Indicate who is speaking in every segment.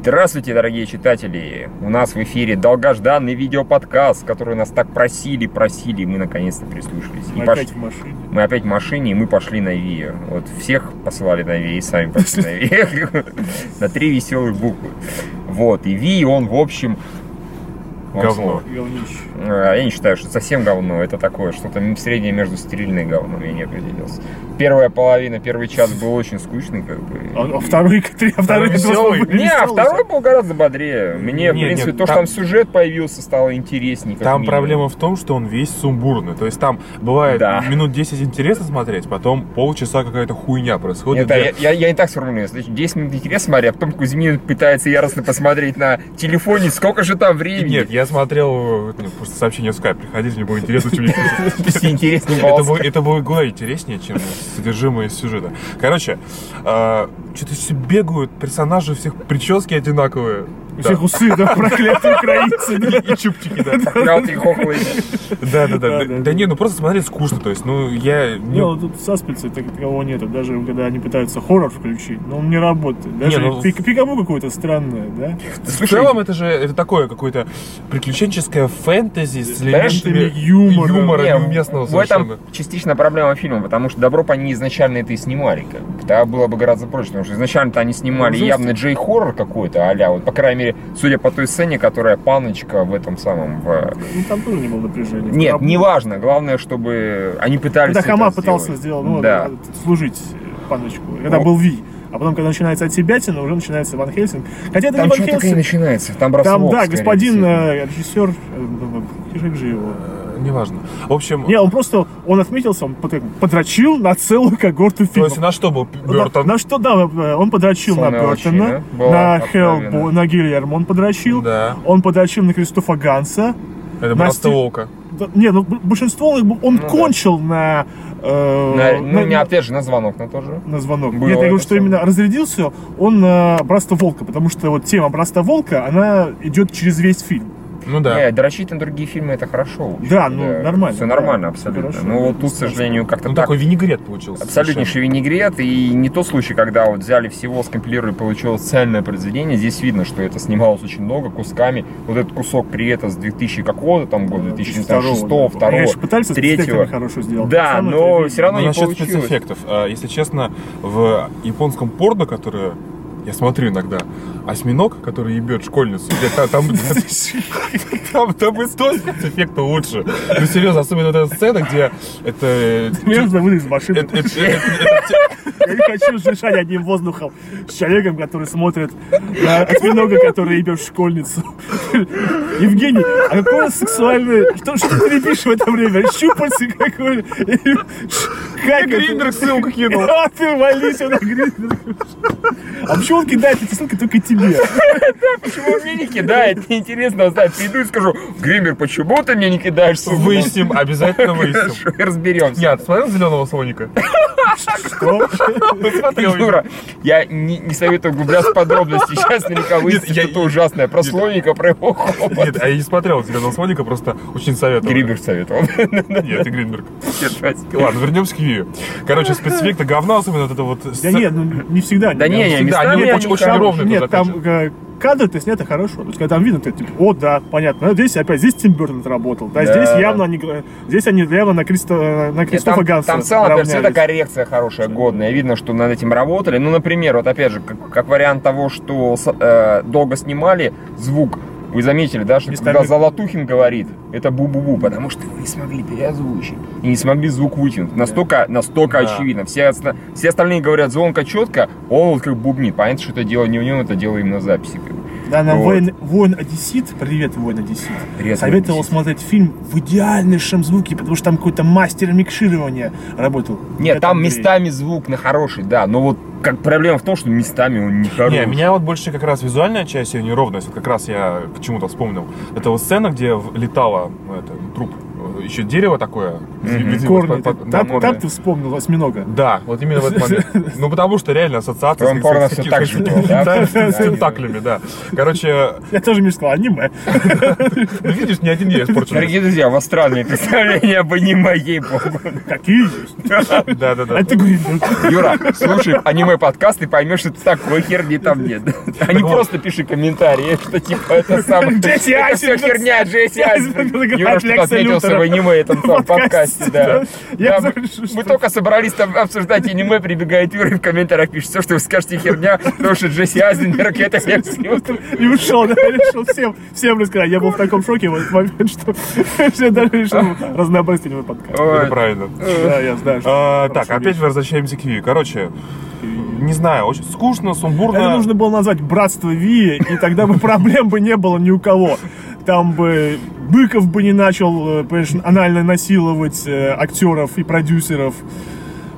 Speaker 1: Здравствуйте, дорогие читатели! У нас в эфире долгожданный видеоподкаст, который нас так просили, просили, и мы наконец-то прислушались. И
Speaker 2: Мы
Speaker 1: пош-
Speaker 2: опять в машине.
Speaker 1: мы опять в машине, и мы пошли на Ви. Вот всех посылали на Ви, и сами пошли на Ви. На три веселых буквы. Вот, и Ви, он, в общем... вам слово.
Speaker 3: Говно.
Speaker 2: Говнище.
Speaker 1: А, Я не считаю, что это совсем говно. Это такое, что-то м- среднее между стерильным и говном. Я не определился. Первая половина, первый час был очень скучный, как бы.
Speaker 2: А, а второй, три, а второй
Speaker 3: Второй
Speaker 2: слова
Speaker 3: весёлый.
Speaker 2: были
Speaker 1: Не, а
Speaker 2: весёлые.
Speaker 1: второй был гораздо бодрее. Мне, в
Speaker 3: Не, не,
Speaker 1: принципе, то, что
Speaker 3: там-
Speaker 1: там сюжет появился, стало интереснее. как
Speaker 3: Там
Speaker 1: минимум.
Speaker 3: проблема в том, что он весь сумбурный. То есть там бывает
Speaker 1: Да.
Speaker 3: минут 10 интересно смотреть, потом полчаса какая-то хуйня происходит.
Speaker 1: Нет, а
Speaker 3: где-
Speaker 1: я, я- я не так сформулирую. Значит, 10 минут интересно смотри, а потом Кузьмин пытается яростно посмотреть на телефоне, сколько же там времени.
Speaker 3: Нет, я смотрел э, ну, просто сообщение в скайп. Приходите, мне было интересно, чем мне пишут.
Speaker 1: Если интересно,
Speaker 3: Это было, это было куда интереснее, чем содержимое из сюжета. Короче, а, что-то все бегают, персонажи, у всех прически одинаковые.
Speaker 2: У всех усы, да, проклятые украинцы. да.
Speaker 3: И чубчики, да.
Speaker 1: Мелкий хохлый.
Speaker 2: Да,
Speaker 3: Да, да, да.
Speaker 2: да,
Speaker 3: Да
Speaker 2: да.
Speaker 3: не, ну просто смотреть скучно. То есть, ну я...
Speaker 2: Не,
Speaker 3: ну,
Speaker 2: ну тут саспенса так- такого нету, даже когда они пытаются хоррор включить, но он не работает. Даже
Speaker 3: Не, ну-
Speaker 2: пик- пикабу какое-то странное, да?
Speaker 3: В целом это же это такое какое-то приключенческое фэнтези с
Speaker 1: Знаешь,
Speaker 3: элементами
Speaker 2: ты юмора.
Speaker 3: юмора
Speaker 1: Не,
Speaker 3: неуместного
Speaker 1: в этом
Speaker 3: совершенно.
Speaker 1: частично проблема фильма, потому что добро они изначально это и снимали. Как бы. Тогда было бы гораздо проще, потому что изначально-то они снимали
Speaker 2: Ну,
Speaker 1: явно Джей-хоррор какой-то, а вот, по крайней мере, судя по той сцене, которая паночка в этом самом... в-
Speaker 2: Ну там тоже не было напряжения.
Speaker 1: Нет,
Speaker 2: Там-
Speaker 1: неважно, главное, чтобы они пытались
Speaker 2: Когда
Speaker 1: это
Speaker 2: Хама пытался
Speaker 1: сделать.
Speaker 2: сделать, ну,
Speaker 1: да. Ну.
Speaker 2: служить э, паночку, когда
Speaker 1: О.
Speaker 2: был Ви. А потом, когда начинается отсебятина, уже начинается Ван Хельсинг. Хотя это
Speaker 1: Там
Speaker 2: не Ван
Speaker 1: что так и
Speaker 2: Хельсинг.
Speaker 1: начинается, там
Speaker 2: Там,
Speaker 1: бросок.
Speaker 2: да,
Speaker 1: скорее
Speaker 2: господин
Speaker 1: всего.
Speaker 2: э, режиссер, э, э, как же его?
Speaker 3: Э, Неважно. В общем,
Speaker 1: Типа.
Speaker 2: Не, он просто, он отметился, он под- подрочил на целую когорту
Speaker 1: ну,
Speaker 3: то есть
Speaker 2: фильмов.
Speaker 3: на что был П-
Speaker 2: На-
Speaker 3: Бёртон?
Speaker 2: На, что, да, э, он подрочил на
Speaker 1: Сонная
Speaker 2: Бертона,
Speaker 1: лощина была
Speaker 2: на
Speaker 1: отправлена.
Speaker 2: Хелбо, на Гильермо он подрочил,
Speaker 3: Да.
Speaker 2: он подрочил на Кристофа Ганса.
Speaker 3: Это
Speaker 2: на
Speaker 3: просто
Speaker 2: Стив-
Speaker 3: волка.
Speaker 2: Да, Не, ну б- большинство он, он
Speaker 1: Ну да.
Speaker 2: кончил на, э,
Speaker 1: На- ну,
Speaker 2: на-
Speaker 1: не, опять же, на звонок, но тоже.
Speaker 2: на звонок.
Speaker 1: Было
Speaker 2: Нет, я говорю,
Speaker 1: это
Speaker 2: что
Speaker 1: всё.
Speaker 2: именно разрядился он на Браста Волка, потому что вот тема Браста Волка, она идет через весь фильм.
Speaker 3: Ну да.
Speaker 1: Не, дрочить на другие фильмы это хорошо.
Speaker 2: Да, ну, нормально,
Speaker 1: Все нормально,
Speaker 2: да,
Speaker 1: абсолютно.
Speaker 2: хорошо.
Speaker 1: ну вот тут, к сожалению, как-то
Speaker 3: ну
Speaker 1: так.
Speaker 3: такой винегрет получился.
Speaker 1: Абсолютнейший винегрет, и не тот случай, когда вот взяли всего, скомпилировали, получилось цельное произведение. Здесь видно, что это снималось очень много кусками. Вот этот кусок привета с 2000 какого-то там
Speaker 2: Э,
Speaker 1: года, 2006, 2002,
Speaker 2: Они, конечно, пытались это с
Speaker 1: третьего.
Speaker 2: эффектами хорошо сделать.
Speaker 1: Да,
Speaker 2: Самое
Speaker 1: но
Speaker 2: это видно.
Speaker 1: всё равно
Speaker 3: Но
Speaker 1: не
Speaker 3: насчет
Speaker 1: получилось.
Speaker 3: Ну, спецэффектов, а, если честно, в японском порно, которое я смотрю иногда, осьминог, который ебет школьницу, где та- там, там, там и то спецэффекта лучше. Ну, серьезно, особенно вот эта сцена, где это... э,
Speaker 2: Серьезно, вылез из машины.
Speaker 3: это- это- это-
Speaker 2: Я не хочу дышать одним воздухом с человеком, который смотрит на осьминога, который ебет школьницу. Евгений, а какое сексуальное... Что, что ты лепишь в это время? Щупальцы какое? Как
Speaker 3: Я Гринберг ссылку кинул.
Speaker 2: А ты вались на Гринберг. А почему он кидает эти ссылки только тебе?
Speaker 1: Почему мне не кидает? Мне интересно, вот так приду и скажу, Гриммер, почему ты мне не кидаешь? ссылку?»
Speaker 3: Выясним, обязательно выясним.
Speaker 1: Хорошо, и разберемся.
Speaker 3: Нет, смотрел зеленого слоника?
Speaker 2: Что?
Speaker 3: Смотрел.
Speaker 1: Юра, я не, не советую углубляться в подробности. Сейчас наверняка выяснится
Speaker 3: я-
Speaker 1: что-то ужасное про слоника, про его хобот.
Speaker 3: Нет, а я не смотрел зеленого слоника, просто очень советую.
Speaker 1: Гриммер советовал.
Speaker 3: Нет, это Гринберг.
Speaker 1: Да
Speaker 3: Ладно, вернемся к Вию. Короче, спецэффекты говна, особенно вот это вот...
Speaker 2: Да
Speaker 3: сцена-
Speaker 2: нет, ну не всегда.
Speaker 1: не, не,
Speaker 3: всегда, они
Speaker 1: местами
Speaker 3: очень-
Speaker 1: они
Speaker 3: очень
Speaker 1: хорошие.
Speaker 3: ровные. ровно
Speaker 2: Нет,
Speaker 3: туда
Speaker 2: там э, кадры-то сняты хорошо. То есть, когда там видно, ты типа, о, да, понятно. А здесь опять, здесь Тим Бёртон отработал. Да,
Speaker 1: Да.
Speaker 2: здесь явно они, э, здесь они явно на, Кристо, на
Speaker 1: Нет,
Speaker 2: Кристофа
Speaker 1: Там,
Speaker 2: Ганса
Speaker 1: там в целом, например,
Speaker 2: равнялись.
Speaker 1: коррекция хорошая, годная. Видно, что над этим работали. Ну, например, вот опять же, как, как вариант того, что с- э, долго снимали звук. Вы заметили, да, что
Speaker 2: Местами-
Speaker 1: когда Золотухин говорит, это бу-бу-бу, потому что его не смогли переозвучить и не смогли звук вытянуть. Настолько, настолько
Speaker 3: Да.
Speaker 1: очевидно. Все, отста- все остальные говорят звонко, четко, он вот как бубнит. Понятно, что это дело не в нем, это дело именно в записи. как бы.
Speaker 2: Да, нам
Speaker 1: Вот.
Speaker 2: воин, воин Одессит, привет, воин Одессит,
Speaker 1: Привет, «Воин
Speaker 2: советовал
Speaker 1: Одессит».
Speaker 2: смотреть фильм в идеальнейшем звуке, потому что там какой-то мастер микширования работал.
Speaker 1: Нет,
Speaker 2: Это
Speaker 1: там
Speaker 2: Андрей.
Speaker 1: местами звук на хороший, да, но вот как проблема в том, что местами он не хороший.
Speaker 3: Не, меня вот больше как раз визуальная часть ее неровность, вот как раз я к чему-то вспомнил. Это вот сцена, где в- летала ну, это, труп э, еще дерево такое.
Speaker 1: Мгм.
Speaker 2: Корни.
Speaker 3: Под- под-
Speaker 2: Там-
Speaker 3: да, корни.
Speaker 2: Там ты вспомнил осьминога.
Speaker 3: Да, вот именно в этот момент. Ну, потому что реально ассоциация
Speaker 1: Он порно всё так же делал, да?
Speaker 3: да, с
Speaker 1: Да.
Speaker 3: тентаклями, да. Короче,
Speaker 2: Я тоже Миша сказал, аниме.
Speaker 3: ну, видишь, не один я испорчен.
Speaker 1: Дорогие друзья, у вас странные представления об аниме, ей-богу.
Speaker 2: Какие есть?
Speaker 3: Да, да, да.
Speaker 2: А ты говоришь,
Speaker 1: Юра, слушай аниме-подкаст и поймешь, что такой херни там нет. А не просто пиши комментарии, что типа это самое...
Speaker 2: Джесси
Speaker 1: это
Speaker 2: Айзенберг.
Speaker 1: все херня, Джесси Айзенберг.
Speaker 2: Айзенберг,
Speaker 1: Юра что-то
Speaker 2: Алекса
Speaker 1: отметился
Speaker 2: Лютера.
Speaker 1: в аниме этом самом
Speaker 2: Подкасте,
Speaker 1: подкасте, да.
Speaker 2: да. Я
Speaker 1: Да, мы-
Speaker 2: слышу, что-
Speaker 1: Мы только собрались там обсуждать аниме, прибегает Юра и в комментариях пишет, все, что вы скажете, херня, потому что Джесси Айзенберг это Алекс Лютер.
Speaker 2: И ушел, да, решил всем, всем рассказать. Я был в таком шоке в этот момент, что что я даже решил разнообразить этот подкаст.
Speaker 1: Ой,
Speaker 3: Это правильно.
Speaker 2: Да, я знаю. что
Speaker 3: А,
Speaker 2: хорошо
Speaker 3: Так, опять
Speaker 2: видишь.
Speaker 3: возвращаемся к Виви. Короче, не знаю, очень скучно,
Speaker 2: Это
Speaker 3: сумбурно.
Speaker 2: нужно было назвать «Братство Ви», и тогда бы проблем бы не было ни у кого. Там бы Быков бы не начал, э, понимаешь, анально насиловать э, актеров и продюсеров.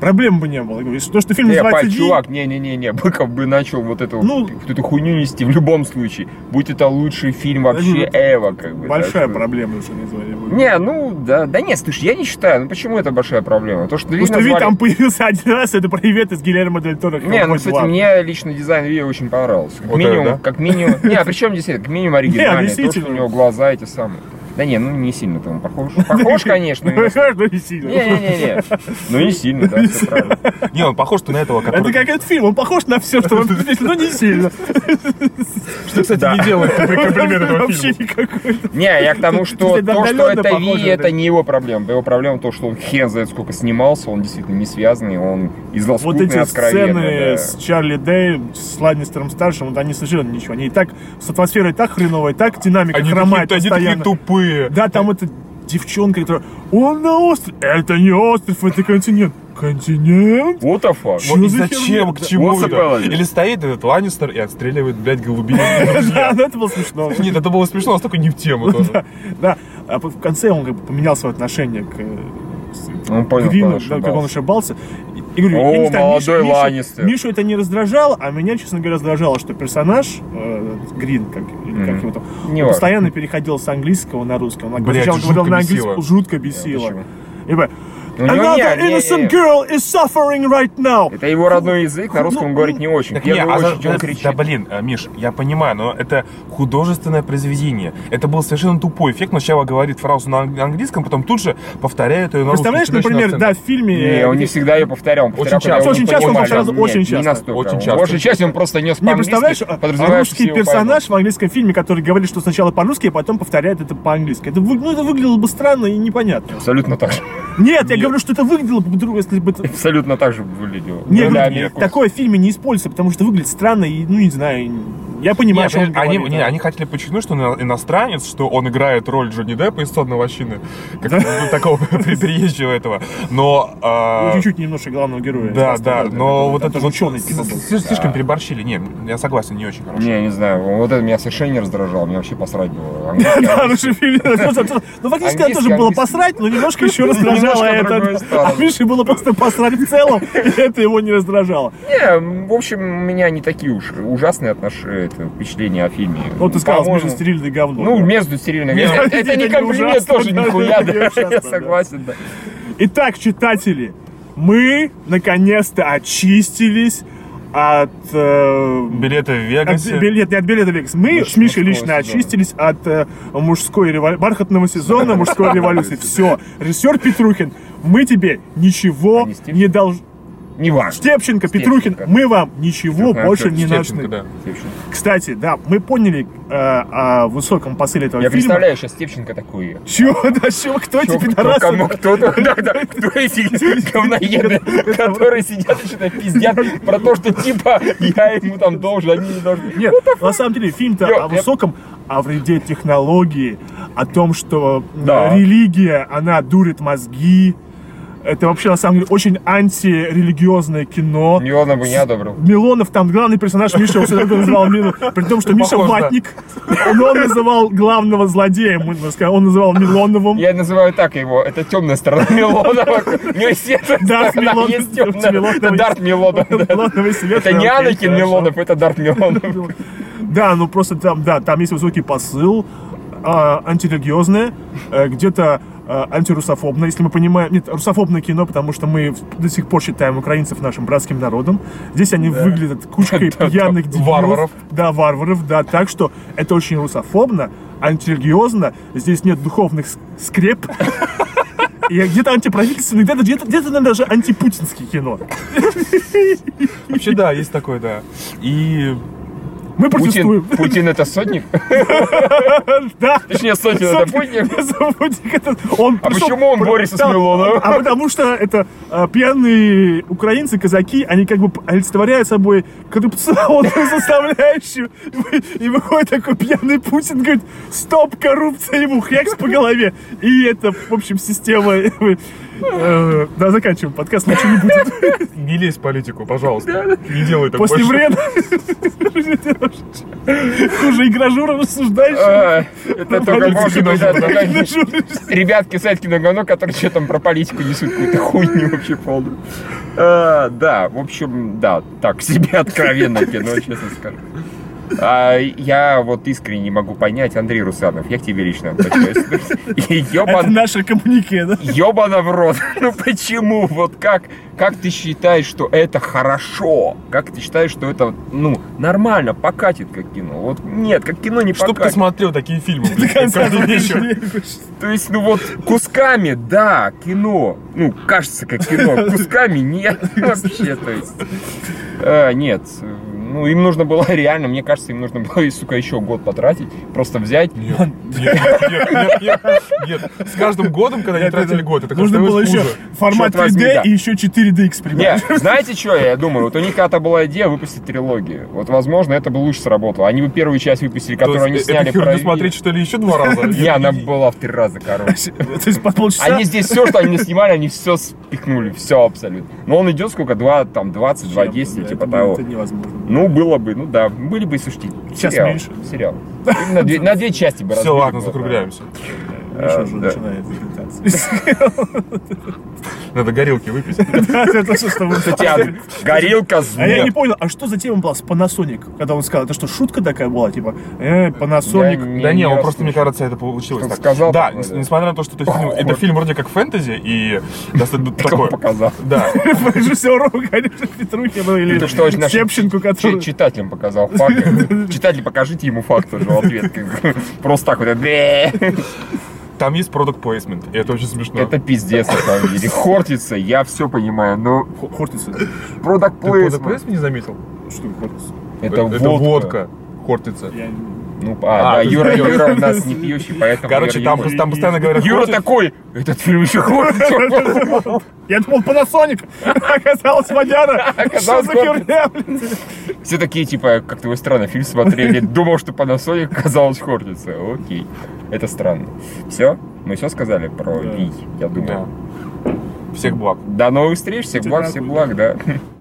Speaker 2: Проблем бы не было. Говоришь, То, что фильм
Speaker 1: Не,
Speaker 2: называется
Speaker 1: Пать,
Speaker 2: «Ви»,
Speaker 1: Э, чувак, не-не-не, Быков бы начал вот эту,
Speaker 2: Ну-
Speaker 1: вот эту хуйню нести в любом случае. Будь это лучший фильм вообще
Speaker 2: Подожди,
Speaker 1: Эва, как бы.
Speaker 2: большая
Speaker 1: так что-
Speaker 2: проблема, что назвали бы.
Speaker 1: Не, ну, да, да нет, слушай, я не считаю, ну почему это большая проблема? То, что
Speaker 2: Потому
Speaker 1: Ви
Speaker 2: что Ви
Speaker 1: назвали-
Speaker 2: там появился один раз, это привет из Гильермо Дель Торо.
Speaker 1: Не, ну,
Speaker 2: «Хеллбой
Speaker 1: кстати,
Speaker 2: 2».
Speaker 1: мне лично дизайн Ви очень понравился. Как
Speaker 3: Вот это,
Speaker 1: минимум,
Speaker 3: да?
Speaker 1: как минимум... Не, а при чем здесь это? Как минимум оригинальный, то, что у
Speaker 2: объяснительно.
Speaker 1: него глаза эти самые. Да не, ну не сильно там похож. Похож, конечно.
Speaker 2: Ну,
Speaker 1: но-
Speaker 2: конечно, не сильно.
Speaker 1: Не-не-не, ну не сильно, да, все правильно.
Speaker 3: Не, он похож на этого,
Speaker 2: Это
Speaker 3: который...
Speaker 2: как этот фильм, он похож на все, что вам но не сильно.
Speaker 3: Что, кстати, не делает комплимент этого
Speaker 2: Вообще
Speaker 3: фильма.
Speaker 2: никакой.
Speaker 1: Не, я к тому, что
Speaker 2: Кстати, да,
Speaker 1: то, что
Speaker 2: отдаленно
Speaker 1: это Ви,
Speaker 2: похоже, да.
Speaker 1: это не его проблема. Его проблема то, что он хен знает, сколько снимался, он действительно не связанный, он издал
Speaker 2: Вот эти сцены
Speaker 1: откровенно. да.
Speaker 2: с Чарли Дэй, с Ладнистером Старшим, вот они совершенно ничего. Они и так, с атмосферой так хреновой, так динамика
Speaker 3: Они
Speaker 2: хромает
Speaker 3: такие- они такие
Speaker 2: постоянно.
Speaker 3: тупые.
Speaker 2: Да, там эта девчонка, которая, он на острове. Это не остров, это континент. Континент?
Speaker 1: What the fuck?
Speaker 2: Чё
Speaker 3: Вот и
Speaker 2: за
Speaker 3: зачем,
Speaker 2: херня?
Speaker 3: к чему
Speaker 1: Вот
Speaker 3: это?
Speaker 1: забавно.
Speaker 3: Или стоит этот Ланнистер и отстреливает, блядь, голубей.
Speaker 2: Да, ну это было смешно.
Speaker 3: Нет, это было смешно, настолько не в тему тоже.
Speaker 2: Да, а по- в конце он как бы поменял свое отношение к э, с-
Speaker 1: Он Ну, понял,
Speaker 2: к Вину,
Speaker 1: куда
Speaker 2: да, как он
Speaker 1: ошибался.
Speaker 2: ошибался. И- И говорю,
Speaker 1: О,
Speaker 2: я не знаю,
Speaker 1: молодой Ланнистер.
Speaker 2: Мишу это не раздражало, а меня, честно говоря, раздражало, что персонаж э, Грин, как, или как
Speaker 1: Мгм.
Speaker 2: его там,
Speaker 1: Не важно.
Speaker 2: он постоянно переходил с английского на русский. Он
Speaker 3: Блядь,
Speaker 2: сначала
Speaker 3: жутко
Speaker 2: говорил на
Speaker 3: бесило.
Speaker 2: английском, жутко
Speaker 1: Э, почему?
Speaker 2: бесило. И типа,
Speaker 1: У него не-
Speaker 2: Another
Speaker 1: не- не-
Speaker 2: innocent girl is suffering right now.
Speaker 1: Это его родной язык,
Speaker 2: ну,
Speaker 1: на русском он говорит не очень. В
Speaker 3: Так не,
Speaker 1: первую
Speaker 3: а за-
Speaker 1: очередь он
Speaker 3: да,
Speaker 1: кричит.
Speaker 3: да блин, э, Миш, я понимаю, но это художественное произведение. Это был совершенно тупой эффект. Он Сначала говорит фразу на ан- английском, потом тут же повторяет ее на русском.
Speaker 2: Представляешь,
Speaker 3: чудовищный
Speaker 2: например,
Speaker 3: акцент.
Speaker 2: да, в фильме...
Speaker 1: Не,
Speaker 2: э,
Speaker 1: он не всегда ее повторял. он повторял,
Speaker 3: Очень
Speaker 1: когда
Speaker 3: часто.
Speaker 1: его
Speaker 2: Очень
Speaker 1: не
Speaker 2: часто он
Speaker 1: понимали.
Speaker 2: повторял,
Speaker 1: Нет,
Speaker 2: очень
Speaker 1: Не
Speaker 2: часто.
Speaker 1: настолько.
Speaker 3: Очень
Speaker 1: В
Speaker 3: часто.
Speaker 1: Большей части он просто нес
Speaker 2: Не,
Speaker 1: по-английски,
Speaker 2: представляешь, а
Speaker 1: подразумевая, что
Speaker 2: русский
Speaker 1: все его поймут.
Speaker 2: персонаж в английском фильме, который говорит, что сначала по-русски, а потом повторяет это по-английски. Это, вы- ну, это выглядело бы странно и непонятно.
Speaker 1: Абсолютно так же.
Speaker 2: Нет, я
Speaker 3: Нет.
Speaker 2: говорю, что это выглядело бы по-другому, если бы... это-
Speaker 1: Абсолютно так же выглядел.
Speaker 2: Не,
Speaker 1: Ну,
Speaker 2: вы-
Speaker 1: да,
Speaker 2: нет,
Speaker 1: американцы.
Speaker 2: такое в фильме не используется, потому что выглядит странно и, ну, не знаю, я
Speaker 3: Не,
Speaker 2: понимаю, о чем он
Speaker 3: они, они-
Speaker 2: говорит,
Speaker 3: не,
Speaker 2: да.
Speaker 3: они хотели подчеркнуть, что он ино- иностранец, что он играет роль Джонни Деппа из «Сонной лощины», как ну, такого при- приезжего этого. Но...
Speaker 2: Ну,
Speaker 3: а,
Speaker 2: Чуть-чуть немножко главного героя.
Speaker 3: Да, да,
Speaker 2: Остался,
Speaker 3: но
Speaker 2: да,
Speaker 3: вот
Speaker 2: да,
Speaker 3: это
Speaker 2: тоже
Speaker 3: вот
Speaker 2: ученый
Speaker 3: с-
Speaker 2: типа был.
Speaker 3: с- слишком переборщили. Не, я согласен, не очень хорошо.
Speaker 1: Не, не знаю, вот это меня совершенно не раздражало, меня вообще посрать было. Английский-
Speaker 2: Да, ну что фильм, ну фактически это тоже
Speaker 1: Английский,
Speaker 2: было
Speaker 1: английский.
Speaker 2: посрать, но немножко еще
Speaker 1: Немножко
Speaker 2: раздражало
Speaker 1: другой
Speaker 2: это.
Speaker 1: стороны.
Speaker 2: А Мише было просто посрать в целом, и это его не раздражало.
Speaker 1: Не, в общем, у меня не такие уж ужасные отнош... это, впечатления о фильме.
Speaker 2: Ну, ты сказал,
Speaker 1: По-моему,
Speaker 2: Миша стерильное говно.
Speaker 1: Ну, между стерильно.
Speaker 2: Нет,
Speaker 1: Это, это не
Speaker 2: это не
Speaker 1: комплимент
Speaker 2: ужасно,
Speaker 1: тоже
Speaker 2: да,
Speaker 1: нихуя,
Speaker 2: это не
Speaker 1: да,
Speaker 2: ужасно,
Speaker 1: я
Speaker 2: да.
Speaker 1: согласен, да.
Speaker 2: Итак, читатели, мы наконец-то очистились от... э,
Speaker 3: Билеты в
Speaker 2: от
Speaker 3: Вегасе.
Speaker 2: билет, не от билета Вегас. Мы с
Speaker 1: мужского
Speaker 2: Мишей лично
Speaker 1: сезона.
Speaker 2: очистились от э, мужской револю- бархатного сезона, мужской революции. Все. Режиссер Петрухин, мы тебе ничего
Speaker 1: А не Степченко?
Speaker 2: не должны...
Speaker 1: Не важно.
Speaker 2: Степченко, Петрухин,
Speaker 1: Степченко.
Speaker 2: мы вам ничего
Speaker 1: Степченко,
Speaker 2: больше не должны.
Speaker 3: Степченко, да.
Speaker 2: Кстати, да, мы поняли э, о высоком посыле этого
Speaker 1: Я
Speaker 2: фильма.
Speaker 1: представляю сейчас Степченко такую.
Speaker 2: Чего, да, чего, кто эти
Speaker 1: Кто,
Speaker 2: пидорасы?
Speaker 1: кому, кто, да, да, кто эти говноеды, которые сидят и что-то пиздят про то, что типа я ему там должен, они не должны.
Speaker 2: Нет, на самом деле фильм-то
Speaker 1: Йо,
Speaker 2: о
Speaker 1: я-
Speaker 2: высоком, о вреде технологии, о том, что м,
Speaker 1: Да.
Speaker 2: религия, она дурит мозги. Это вообще, на самом деле, очень антирелигиозное кино.
Speaker 1: Милана бы не одобрил.
Speaker 2: Милонов, там главный персонаж Миша, он всегда называл Милу, при том, что Миша
Speaker 3: Похож, да.
Speaker 2: ватник, но он называл главного злодея, мы бы сказали, он называл Милоновым.
Speaker 1: Я называю так его, это темная сторона Милонова. У него серая
Speaker 2: Дарт
Speaker 1: сторона
Speaker 2: Милонов.
Speaker 1: есть темная.
Speaker 2: Милонов.
Speaker 1: Это Дарт Милонов. да.
Speaker 2: Милоновый свет,
Speaker 1: Это не
Speaker 2: окей,
Speaker 1: Анакин
Speaker 2: хорошо.
Speaker 1: Милонов, это Дарт Милонов.
Speaker 2: Да, ну просто там, да, там есть высокий посыл, а, антирелигиозное, э, где-то а, антирусофобное, если мы понимаем... Нет, русофобное кино, потому что мы в- до сих пор считаем украинцев нашим братским народом. Здесь они выглядят кучкой
Speaker 3: Да-да.
Speaker 2: пьяных дебилов.
Speaker 3: Варваров.
Speaker 2: Да, варваров, да. Так что это очень русофобно, антирелигиозно. Здесь нет духовных с- скреп. И где-то антиправительственное, где-то, где-то, где-то наверное, даже антипутинское кино.
Speaker 3: Вообще, да, есть такое, да. И
Speaker 2: Мы
Speaker 1: Путин,
Speaker 2: протестуем.
Speaker 1: Путин это сотник?
Speaker 2: Да.
Speaker 1: Точнее, Сотник это Путин.
Speaker 2: Сотник это- Он
Speaker 1: А
Speaker 2: пришел-
Speaker 1: почему он борется с
Speaker 2: Да,
Speaker 1: Милоновым?
Speaker 2: А потому что это а, пьяные украинцы, казаки, они как бы олицетворяют собой коррупционную составляющую. И вы- И выходит такой пьяный Путин, говорит, стоп, коррупция, ему хекс по голове. И это, в общем, система. Э, Да, заканчиваем подкаст, ничего не будет.
Speaker 3: не лезь в политику, пожалуйста. Не делай так
Speaker 2: После
Speaker 3: больше.
Speaker 2: вреда. Хуже игра Жура рассуждаешь.
Speaker 1: Э, Это только
Speaker 2: Политика
Speaker 1: может быть, да,
Speaker 3: должна
Speaker 1: такая-
Speaker 2: Игра Жура.
Speaker 1: Ребятки с на говно, которые что там про политику несут, какую-то хуйню вообще полную. Э, Да, в общем, да, так, себе откровенно кино, честно скажу. А, я вот искренне не могу понять, Андрей Русанов, я к тебе лично обращаюсь. И
Speaker 2: Это
Speaker 1: ёбан-
Speaker 2: наша коммунике, да?
Speaker 1: Ёбана в рот. Ну почему? Вот как, как ты считаешь, что это хорошо? Как ты считаешь, что это, ну, нормально покатит как кино? Вот нет, как кино не
Speaker 3: Чтоб ты
Speaker 1: покатит.
Speaker 3: смотрел такие фильмы, блин, каждый вечер.
Speaker 1: То есть, ну вот, кусками, да, кино. Ну, кажется, как кино. Кусками нет вообще, то есть. э, Нет, ну, им нужно было реально, мне кажется, им нужно было, сука, еще год потратить, просто взять.
Speaker 3: Нет, нет, нет, нет, нет, нет. С каждым годом, когда они
Speaker 2: Это-
Speaker 3: тратили год, это
Speaker 2: Нужно было
Speaker 3: становилось
Speaker 2: еще
Speaker 3: хуже.
Speaker 2: формат
Speaker 1: Чёрт возьми,
Speaker 2: 3D
Speaker 1: да.
Speaker 2: и еще 4D эксперимент.
Speaker 1: Нет, знаете, что я думаю? Вот у них когда-то была идея выпустить трилогию. Вот, возможно, это бы лучше сработало. Они бы первую часть выпустили,
Speaker 3: То
Speaker 1: которую они
Speaker 3: есть, э,
Speaker 1: сняли
Speaker 3: эту херню
Speaker 1: про...
Speaker 3: смотреть, что ли, еще два раза?
Speaker 1: Не, она была в три раза, короче.
Speaker 2: То есть по полчаса.
Speaker 1: Они здесь все, что они не снимали, они все спихнули, все абсолютно. Но он идет сколько? Два, там, 20, 2,10, типа того.
Speaker 2: Это невозможно.
Speaker 1: Ну, было бы, ну да, были бы, слушайте,
Speaker 2: Сейчас
Speaker 1: сериал,
Speaker 2: меньше.
Speaker 1: Сериал. Или На две, на две части бы
Speaker 3: Все,
Speaker 1: разбили
Speaker 3: ладно,
Speaker 1: бы,
Speaker 3: закругляемся.
Speaker 2: Миша уже
Speaker 1: Э, да.
Speaker 2: начинает излетаться.
Speaker 3: Надо горелки выпить.
Speaker 2: Да, Это то, что вы-
Speaker 1: да. Татьяна, горилка с
Speaker 2: А я не
Speaker 1: нет.
Speaker 2: понял, а что за тема была с Panasonic, когда он сказал, это что, шутка такая была, типа, э, Panasonic,
Speaker 1: Я
Speaker 3: Да не, он
Speaker 1: расслышал.
Speaker 3: просто, мне кажется, это получилось
Speaker 1: Что
Speaker 3: так.
Speaker 1: сказал
Speaker 3: Да,
Speaker 1: такое,
Speaker 3: нес-
Speaker 1: да.
Speaker 3: несмотря на то, что это фильм, это фильм вроде как фэнтези, и достаточно такой.
Speaker 1: он показал.
Speaker 3: Да,
Speaker 2: режиссеру, конечно, Петрухину
Speaker 1: Это что,
Speaker 2: или
Speaker 1: наш-
Speaker 2: Щепченку,
Speaker 1: Ч-
Speaker 2: который...
Speaker 1: читателям показал факт. Читатель, покажите ему факт тоже в ответ. Как- Просто так вот. э, «Бэ».
Speaker 3: там есть product placement, и это очень смешно.
Speaker 1: Это пиздец на самом деле. Хортится, я все понимаю, но
Speaker 2: Хо- Хортица.
Speaker 1: product
Speaker 3: Ты product
Speaker 1: placement.
Speaker 3: placement не заметил?
Speaker 2: Что такое Хортица?
Speaker 1: Это водка.
Speaker 3: водка. Хортица.
Speaker 2: Я не-
Speaker 1: Ну, а,
Speaker 3: А,
Speaker 1: да,
Speaker 3: ты
Speaker 1: Юра,
Speaker 3: знаешь.
Speaker 1: Юра у нас не пьющий, поэтому...
Speaker 3: Короче,
Speaker 1: Юра
Speaker 3: там,
Speaker 1: не
Speaker 3: пос-
Speaker 1: может.
Speaker 3: там постоянно говорят
Speaker 1: Юра
Speaker 3: «Хортица».
Speaker 1: такой, этот фильм еще хортится.
Speaker 2: Я думал, Panasonic, оказалось, Мадяра. Что
Speaker 1: Оказалось,
Speaker 2: за херня, блин?
Speaker 1: Все такие, типа, как-то вы странно фильм смотрели. Думал, что Panasonic оказалось хортится. Окей. Это странно. Все? Мы все сказали про
Speaker 2: Да.
Speaker 1: Вий, я думаю.
Speaker 3: Да. Всех благ.
Speaker 1: До новых встреч, всех
Speaker 2: Всех
Speaker 1: благ,
Speaker 2: благ,
Speaker 1: всех благ, да.